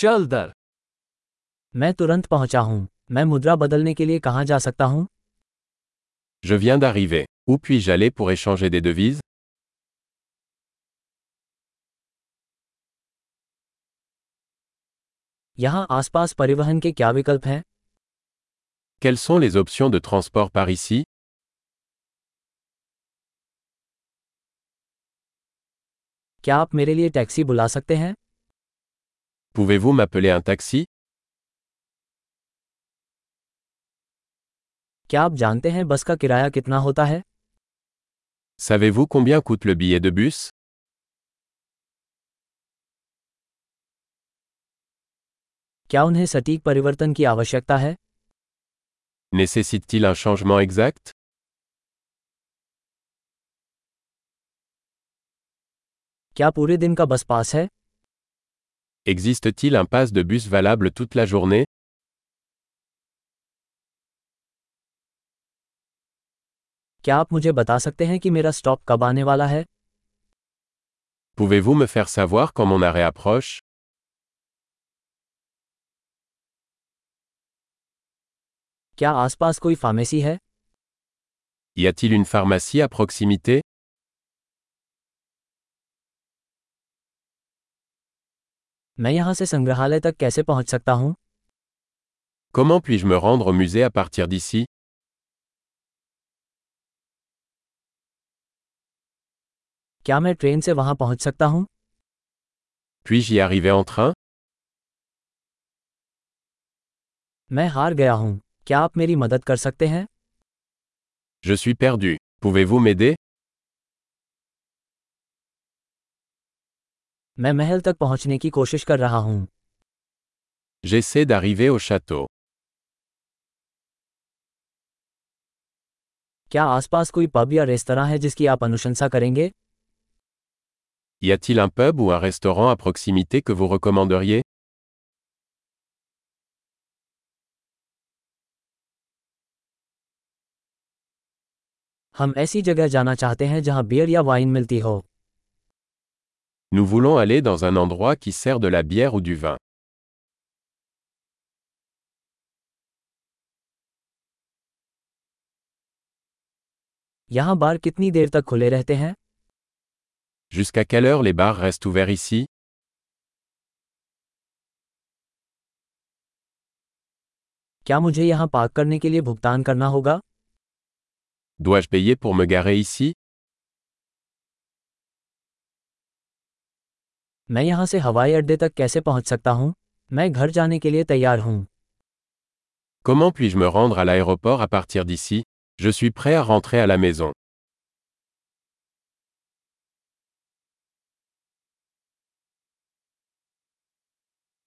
चल दर मैं तुरंत पहुंचा हूं मैं मुद्रा बदलने के लिए कहां जा सकता हूं Je viens d'arriver. Où puis-je aller pour échanger des devises यहाँ आसपास परिवहन के क्या विकल्प हैं Quelles sont les options de transport par ici क्या आप मेरे लिए टैक्सी बुला सकते हैं Pouvez-vous m'appeler un taxi क्या आप जानते हैं बस का किराया कितना होता है Savez-vous combien coûte le billet de bus क्या उन्हें सटीक परिवर्तन की आवश्यकता है Nécessite-t-il un changement exact क्या पूरे दिन का बस पास है Existe-t-il un pass de bus valable toute la journée क्या आप मुझे बता सकते हैं कि मेरा स्टॉप कब आने वाला है Pouvez-vous me faire savoir quand mon arrêt approche क्या आसपास कोई फार्मेसी है Y a-t-il une pharmacie à proximité मैं यहाँ से संग्रहालय तक कैसे पहुँच सकता हूँ Comment puis-je me rendre au musée à partir d'ici क्या मैं ट्रेन से वहाँ पहुँच सकता हूँ Puis-je y arriver en train मैं हार गया हूँ क्या आप मेरी मदद कर सकते हैं Je suis perdu. Pouvez-vous m'aider मैं महल तक पहुँचने की कोशिश कर रहा हूँ J'essaie d'arriver au château. क्या आसपास कोई पब या रेस्तरा है जिसकी आप अनुशंसा करेंगे Y a-t-il un pub ou un restaurant à proximité que vous recommanderiez हम ऐसी जगह जाना चाहते हैं जहाँ बियर या वाइन मिलती हो Nous voulons aller dans un endroit qui sert de la bière ou du vin. यहाँ बार कितनी देर तक खुले रहते हैं Jusqu'à quelle heure les bars restent ouverts ici क्या मुझे यहाँ पार्क करने के लिए भुगतान करना होगा Dois-je payer pour me garer ici मैं यहाँ से हवाई अड्डे तक कैसे पहुँच सकता हूँ मैं घर जाने के लिए तैयार हूँ Comment puis-je me rendre à l'aéroport à partir d'ici Je suis prêt à rentrer à la maison.